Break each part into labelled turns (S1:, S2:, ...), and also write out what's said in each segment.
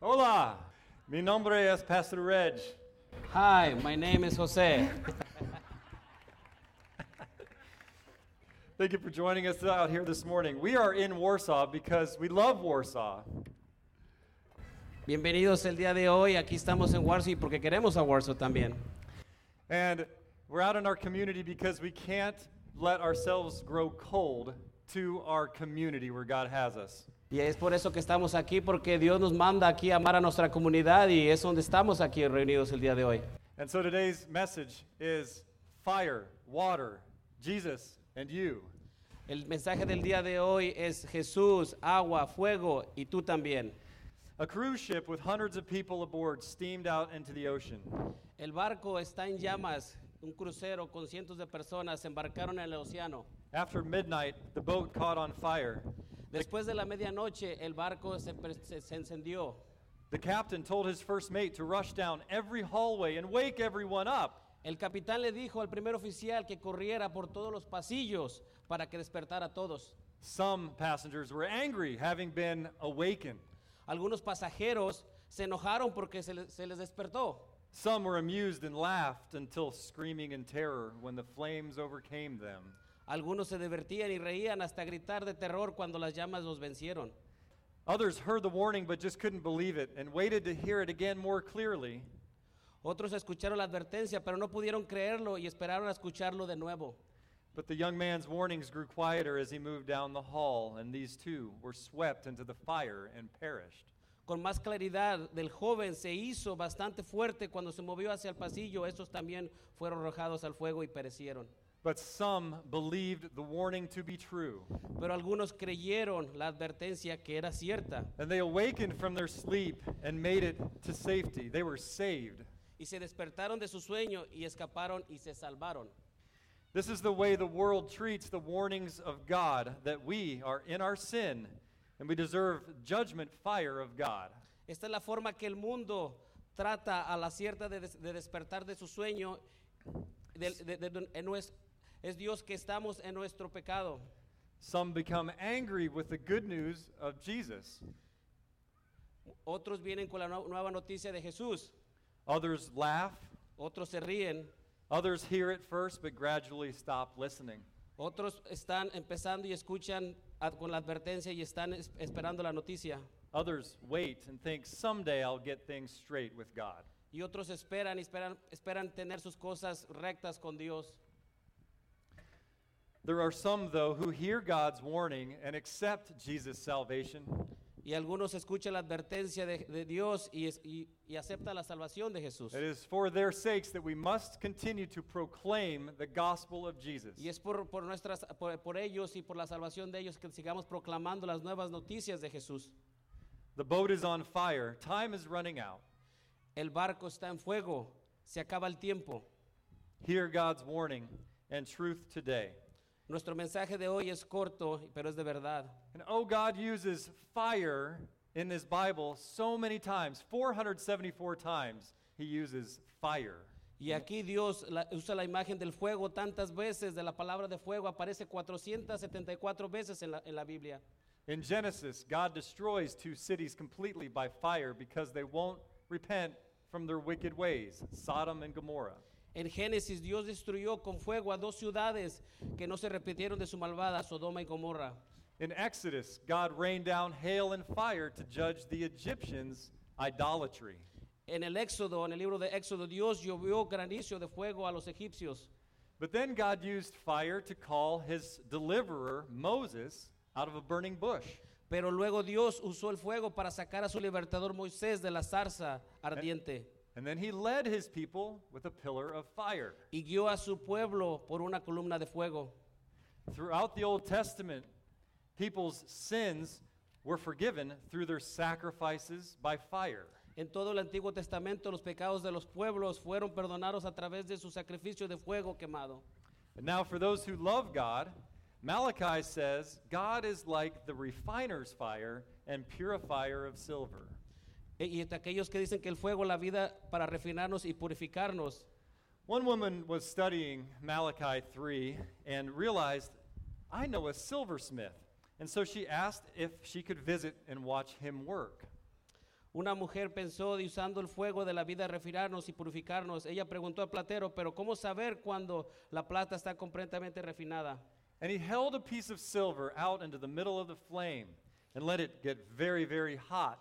S1: Hola, mi nombre es Pastor Reg.
S2: Hi, my name is Jose.
S1: Thank you for joining us out here this morning. We are in Warsaw because we love Warsaw.
S2: Bienvenidos el día de hoy. Aquí estamos en Warsaw y porque queremos a Warsaw también.
S1: And we're out in our community because we can't let ourselves grow cold to our community where God has us.
S2: Y es por eso que estamos aquí, porque Dios nos manda aquí a amar a nuestra comunidad y es donde estamos aquí reunidos el día de hoy.
S1: And so today's message is fire, water, Jesus, and you.
S2: El mensaje del día de hoy es Jesús, agua, fuego y tú también.
S1: A cruise ship with hundreds of people aboard steamed out into the ocean.
S2: El barco está en llamas, un crucero con cientos de personas se embarcaron en el océano.
S1: After midnight, the boat caught on fire.
S2: Después de la medianoche el barco se, per- se- se encendió.
S1: The captain told his first mate to rush down every hallway and wake everyone up.
S2: El capitán le dijo al primer oficial que corriera por todos los pasillos para que despertara a todos.
S1: Some passengers were angry, having been awakened.
S2: Algunos pasajeros se enojaron porque se, le- se les despertó.
S1: Some were amused and laughed until screaming in terror when the flames overcame them.
S2: Algunos se divertían y reían hasta gritar de terror cuando las llamas los vencieron.
S1: Others heard the warning but just couldn't believe it and waited to hear it again more clearly.
S2: Otros escucharon la advertencia, pero no pudieron creerlo y esperaron a escucharlo de nuevo.
S1: But the young man's warnings grew quieter as he moved down the hall, and these too were swept into the fire and perished.
S2: Con más claridad, del joven se hizo bastante fuerte cuando se movió hacia el pasillo. Estos también fueron arrojados al fuego y perecieron.
S1: But some believed the warning to be true,
S2: Pero algunos creyeron la advertencia que era cierta
S1: and they awakened from their sleep and made it to safety. They were saved.
S2: y se despertaron de su sueño y escaparon y se salvaron.
S1: This is the way the world treats the warnings of God that we are in our sin and we deserve judgment fire of God.
S2: Esta es la forma que el mundo trata a la cierta de, des- de despertar de su sueño. del- de- de- de- en nues- es Dios que estamos en nuestro pecado.
S1: Some become angry with the good news of Jesus.
S2: Otros vienen con la nu- nueva noticia de Jesús.
S1: Others laugh.
S2: Otros se ríen.
S1: Others hear it first but gradually stop listening.
S2: Otros están empezando y escuchan a- con la advertencia y están es- esperando la noticia.
S1: Others wait and think someday I'll get things straight with God.
S2: Y otros esperan y esperan, esperan tener sus cosas rectas con Dios.
S1: There are some, though, who hear God's warning and accept Jesus' salvation,
S2: Y algunos escuchan la advertencia de, de Dios y, es- y- y aceptan la salvación de Jesús.
S1: It is for their sakes that we must continue to proclaim the gospel of Jesus.
S2: Y es por, por nuestras, por, por ellos y por la salvación de ellos que sigamos proclamando las nuevas noticias de Jesús.
S1: The boat is on fire, time is running out.
S2: El barco está en fuego, se acaba el tiempo.
S1: Hear God's warning and truth today.
S2: Nuestro mensaje de hoy es corto, pero es de verdad.
S1: And oh, God uses fire in His Bible so many times 474 times, He uses fire.
S2: Y aquí Dios la- usa la imagen del fuego tantas veces, de la palabra de fuego aparece 474 veces en la, en la Biblia.
S1: In Genesis, God destroys two cities completely by fire because they won't repent from their wicked ways Sodom and Gomorrah.
S2: En Génesis Dios destruyó con fuego a dos ciudades que no se repitieron de su malvada, Sodoma y Gomorra.
S1: In Exodus, God rained down hail and fire to judge the Egyptians' idolatry.
S2: En el Éxodo, en el libro de Éxodo, Dios llovió granizo de fuego a los egipcios.
S1: But then God used fire to call his deliverer, Moses, out of a burning bush.
S2: Pero luego Dios usó el fuego para sacar a su libertador Moisés de la zarza ardiente
S1: And then he led his people with a pillar of fire.
S2: y guió a su pueblo por una columna de fuego.
S1: Throughout the Old Testament, people's sins were forgiven through their sacrifices by fire.
S2: En todo el Antiguo Testamento los pecados de los pueblos fueron perdonados a través de su sacrificio de fuego quemado.
S1: And now, for those who love God, Malachi says, God is like the refiner's fire and purifier of silver.
S2: E- Y entre aquellos que dicen que el fuego la vida para refinarnos y purificarnos.
S1: One woman was studying Malachi 3 and realized, I know a silversmith. And so she asked if she could visit and watch him work.
S2: Una mujer pensó de usando el fuego de la vida refinarnos y purificarnos. Ella preguntó al platero, pero ¿cómo saber cuando la plata está completamente refinada?
S1: And he held a piece of silver out into the middle of the flame and let it get very, very hot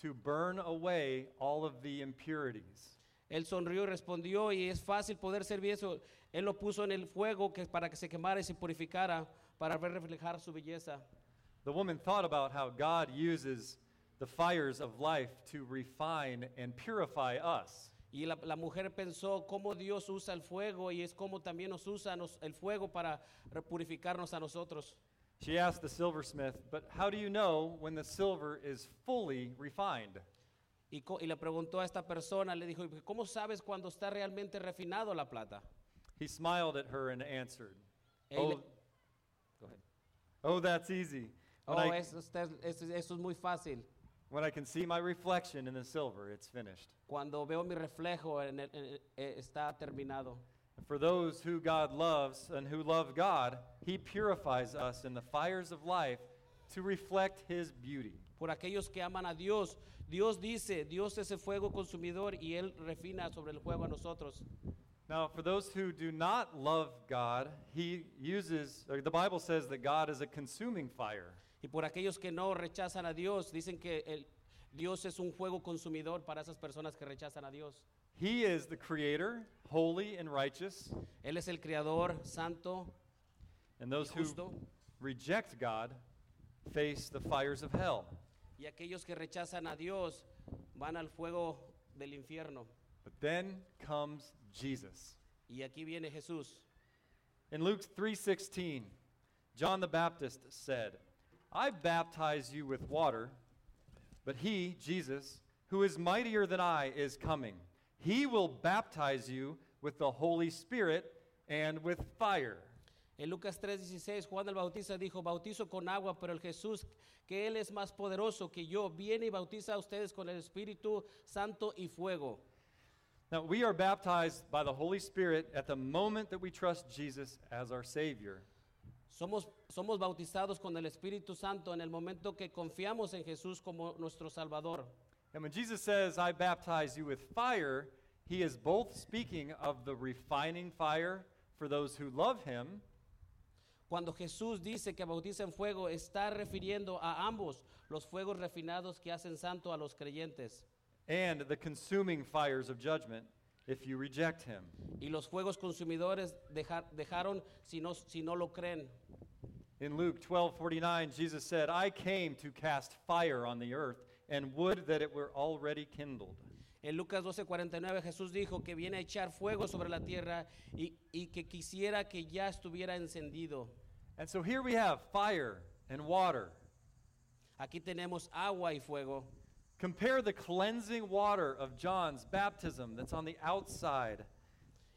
S1: to burn away all of the impurities.
S2: Él sonrió y respondió, y es fácil poder servir eso. Él lo puso en el fuego que, para que se quemara y se purificara, para ver reflejar su belleza.
S1: The woman thought about how God uses the fires of life to refine and purify us.
S2: Y la, la mujer pensó cómo Dios usa el fuego y es como también nos usa nos- el fuego para re- purificarnos a nosotros.
S1: She asked the silversmith, But how do you know when the silver is fully refined?
S2: Y, co- y le preguntó a esta persona, le dijo, "¿Y ¿cómo sabes cuando está realmente refinado la plata?
S1: He smiled at her and answered, Oh,
S2: Él-
S1: go ahead. Oh, that's easy. When,
S2: oh,
S1: I,
S2: eso, está- eso- eso es muy fácil.
S1: when I can see my reflection in the silver, it's finished.
S2: Cuando veo mi reflejo, en el- en el- eh, está terminado.
S1: And for those who God loves and who love God, He purifies us in the fires of life to reflect His beauty.
S2: por aquellos que aman a Dios. Dios dice, Dios es el fuego consumidor y Él refina sobre el fuego a nosotros.
S1: Now, for those who do not love God, He uses, or the Bible says that God is a consuming fire.
S2: Y por aquellos que no rechazan a Dios, dicen que el- Dios es un fuego consumidor para esas personas que rechazan a Dios.
S1: He is the Creator, holy and righteous,
S2: Él es el creador santo
S1: and those
S2: y
S1: who
S2: justo.
S1: reject God face the fires of hell.
S2: Y aquellos que rechazan a Dios van al fuego del infierno.
S1: But then comes Jesus.
S2: Y aquí viene Jesús.
S1: In Luke 3:16, John the Baptist said, "I baptize you with water, but he, Jesus, who is mightier than I is coming. He will baptize you with the Holy Spirit and with fire."
S2: En Lucas 3:16, Juan el Bautista dijo, bautizo con agua, pero el Jesús, que Él es más poderoso que yo, viene y bautiza a ustedes con el Espíritu Santo y fuego.
S1: Now, we are baptized by the Holy Spirit at the moment that we trust Jesus as our savior.
S2: Somos, somos bautizados con el Espíritu Santo en el momento que confiamos en Jesús como nuestro Salvador.
S1: And when Jesus says, "I baptize you with fire," he is both speaking of the refining fire for those who love him,
S2: Cuando Jesús dice que bautiza en fuego, está refiriendo a ambos los fuegos refinados que hacen santo a los creyentes
S1: and the consuming fires of judgment if you reject him.
S2: y los fuegos consumidores dejar- dejaron si no, si no lo creen.
S1: In Luke 12:49, Jesus said, "I came to cast fire on the earth, and would that it were already kindled."
S2: En Lucas 12:49 Jesús dijo que viene a echar fuego sobre la tierra y, y que quisiera que ya estuviera encendido.
S1: And so here we have fire and water.
S2: Aquí tenemos agua y fuego.
S1: Compare the cleansing water of John's baptism that's on the outside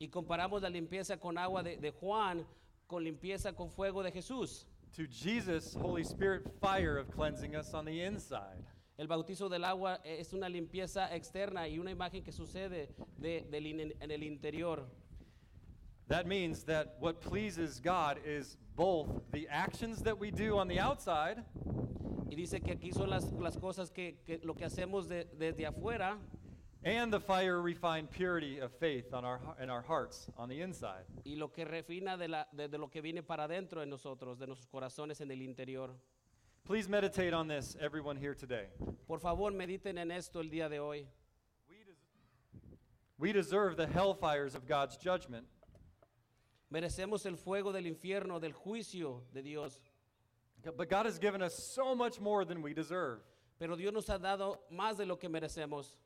S2: Y comparamos la limpieza con agua de, de Juan con limpieza con fuego de Jesús.
S1: to Jesus' Holy Spirit fire of cleansing us on the inside.
S2: El bautizo del agua es una limpieza externa y una imagen que sucede de- del in- en el interior.
S1: That means that what pleases God is both the actions that we do on the outside
S2: Y dice que aquí son las, las cosas que, que lo que hacemos de- desde afuera
S1: and the fire refined purity of faith on our, in our hearts on the inside.
S2: y lo que refina de, la- de- de lo que viene para adentro de nosotros, de nuestros corazones en el interior.
S1: Please meditate on this, everyone here today.
S2: Por favor, mediten en esto el día de hoy.
S1: We deserve the hellfires of God's judgment,
S2: Merecemos el fuego del infierno, del juicio de Dios.
S1: but God has given us so much more than we deserve.
S2: Pero Dios nos ha dado más de lo que merecemos.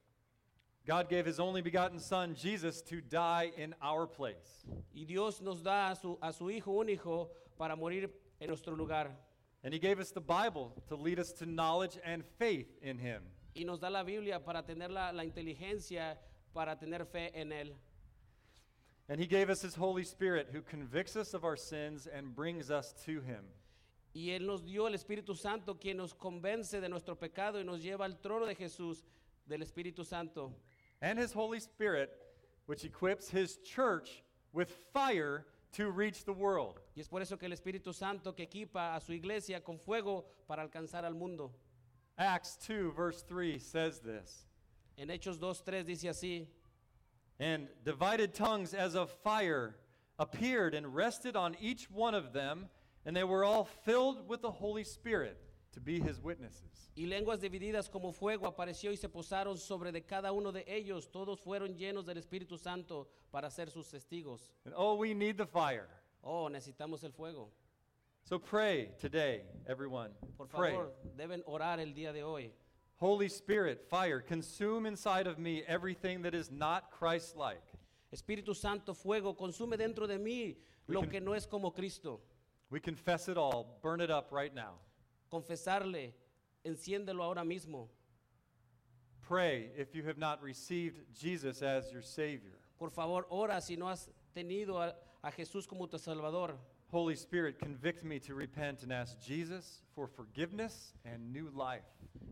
S1: God gave his only begotten Son, Jesus, to die in our place.
S2: Y Dios nos da a su, a su Hijo un hijo para morir en nuestro lugar.
S1: And he gave us the Bible to lead us to knowledge and faith in him.
S2: Y nos da la Biblia para tener la, la inteligencia, para tener fe en Él.
S1: And he gave us his Holy Spirit who convicts us of our sins and brings us to him.
S2: Y Él nos dio el Espíritu Santo, quien nos convence de nuestro pecado y nos lleva al trono de Jesús, del Espíritu Santo.
S1: And his Holy Spirit, which equips his church with fire to reach the world.
S2: Y es por eso que el Espíritu Santo que equipa a su iglesia con fuego para alcanzar al mundo.
S1: Acts 2, verse 3 says this
S2: En Hechos 2.3 dice así,
S1: And divided tongues as of fire appeared and rested on each one of them, and they were all filled with the Holy Spirit to be his witnesses.
S2: y lenguas divididas como fuego apareció y se posaron sobre de cada uno de ellos, todos fueron llenos del Espíritu Santo para ser sus testigos.
S1: And oh, we need the fire.
S2: Oh, necesitamos el fuego.
S1: So pray today, everyone.
S2: Por
S1: Pray.
S2: favor, deben orar el día de hoy.
S1: Holy Spirit, fire, consume inside of me everything that is not Christ like.
S2: Espíritu Santo, fuego, consume dentro de mí lo
S1: can-
S2: que no es como Cristo.
S1: We confess it all, burn it up right now.
S2: Confesarle, enciéndelo ahora mismo.
S1: Pray if you have not received Jesus as your Savior.
S2: Por favor, ora si no has tenido a, a Jesús como tu Salvador.
S1: Holy Spirit, convict me to repent and ask Jesus for forgiveness and new life.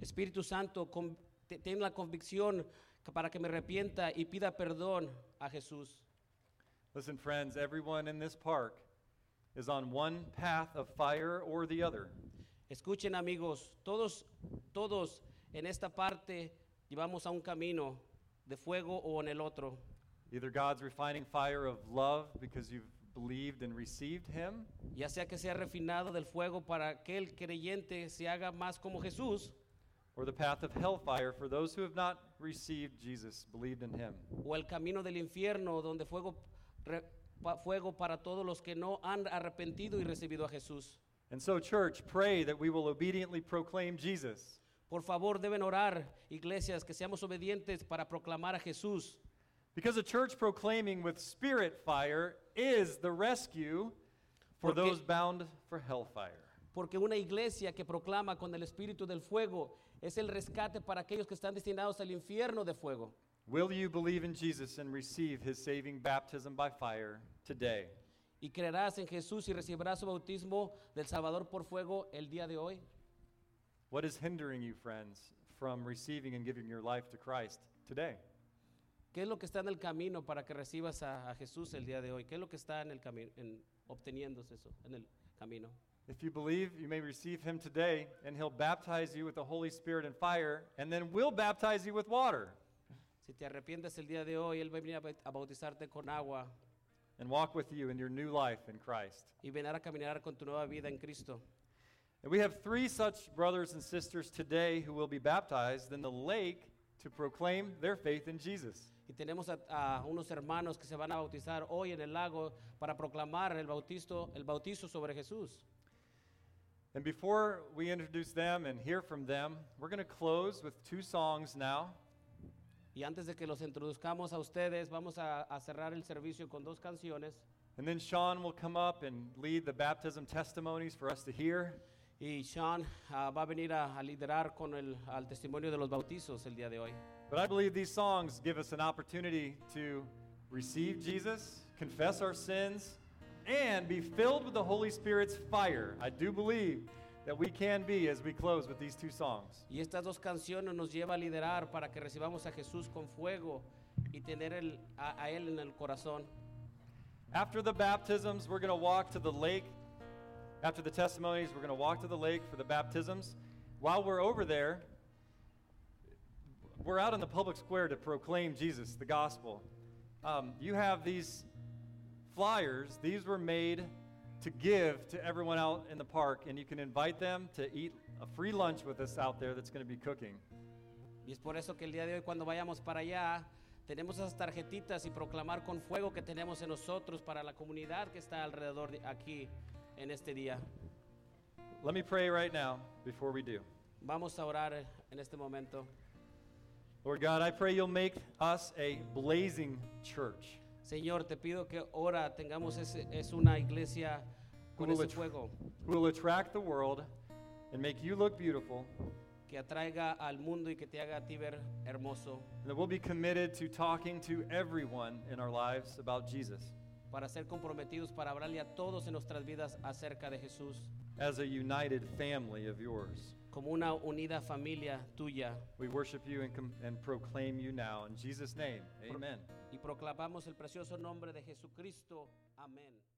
S2: Espíritu Santo, con- te- ten la convicción que- para que me arrepienta y pida perdón a Jesús.
S1: Listen, friends, everyone in this park is on one path of fire or the other.
S2: Escuchen amigos, todos, todos en esta parte llevamos a un camino de fuego o en el otro.
S1: Either God's refining fire of love because you've believed and received Him,
S2: Ya sea que sea refinado del fuego para que el creyente se haga más como Jesús,
S1: or the path of hellfire for those who have not received Jesus, believed in Him.
S2: o el camino del infierno donde fuego, re- pa- fuego para todos los que no han arrepentido y recibido a Jesús.
S1: And so, church, pray that we will obediently proclaim Jesus.
S2: Por favor, deben orar, iglesias, que seamos obedientes para proclamar a Jesús.
S1: Because a church proclaiming with spirit fire is the rescue for
S2: Porque-
S1: those bound for hellfire.
S2: Porque una iglesia que proclama con el espíritu del fuego es el rescate para aquellos que están destinados al infierno de fuego.
S1: Will you believe in Jesus and receive his saving baptism by fire today?
S2: Y creerás en Jesús y recibirás su bautismo del Salvador por fuego el día de hoy.
S1: What is hindering you, friends, from receiving and giving your life to Christ today?
S2: ¿Qué es lo que está en el camino para que recibas a, a Jesús el día de hoy? ¿Qué es lo que está en el camino, en obteniéndose eso, en el camino?
S1: If you believe, you may receive him today, and he'll baptize you with the Holy Spirit and fire, and then we'll baptize you with water
S2: Si te arrepientes el día de hoy, Él va a venir a baut- a bautizarte con agua
S1: and walk with you in your new life in Christ.
S2: y vendrá a caminar con tu nueva vida en Cristo.
S1: And we have three such brothers and sisters today who will be baptized in the lake to proclaim their faith in Jesus.
S2: Y tenemos a, a unos hermanos que se van a bautizar hoy en el lago para proclamar el, bautizo, el bautizo sobre Jesús.
S1: And before we introduce them and hear from them, we're going to close with two songs now.
S2: Y antes de que los introduzcamos a ustedes, vamos a, a cerrar el servicio con dos canciones.
S1: And then Sean will come up and lead the baptism testimonies for us to hear.
S2: Y Sean ah, va a venir a, a liderar con el al testimonio de los bautizos el día de hoy.
S1: But I believe these songs give us an opportunity to receive Jesus, confess our sins, and be filled with the Holy Spirit's fire. I do believe that we can be as we close with these two songs.
S2: Y estas dos canciones nos lleva a liderar para que recibamos a Jesús con fuego y tener el- a, a Él en el corazón.
S1: After the baptisms, we're going to walk to the lake. After the testimonies, we're going to walk to the lake for the baptisms. While we're over there, we're out in the public square to proclaim Jesus, the gospel. Um, you have these flyers. These were made to give to everyone out in the park, and you can invite them to eat a free lunch with us out there that's going to be cooking.
S2: Y es por eso que el día de hoy cuando vayamos para allá, tenemos esas tarjetitas y proclamar con fuego que tenemos en nosotros para la comunidad que está alrededor de aquí en este día.
S1: Let me pray right now before we do.
S2: Vamos a orar en este momento.
S1: Lord God, I pray you'll make us a blazing church.
S2: Señor, te pido que ahora tengamos ese- es una iglesia con
S1: Will
S2: ese
S1: it-
S2: fuego
S1: who will attract the world and make you look beautiful,
S2: que atraiga al mundo y que te haga a ti ver hermoso
S1: and that we'll be committed to talking to everyone in our lives about Jesus
S2: para ser comprometidos para hablarle a todos en nuestras vidas acerca de Jesús
S1: as a united family of yours.
S2: como una unida familia tuya
S1: We worship you and, com- and proclaim you now. In Jesus' name, amen.
S2: y proclamamos el precioso nombre de Jesucristo. Amén.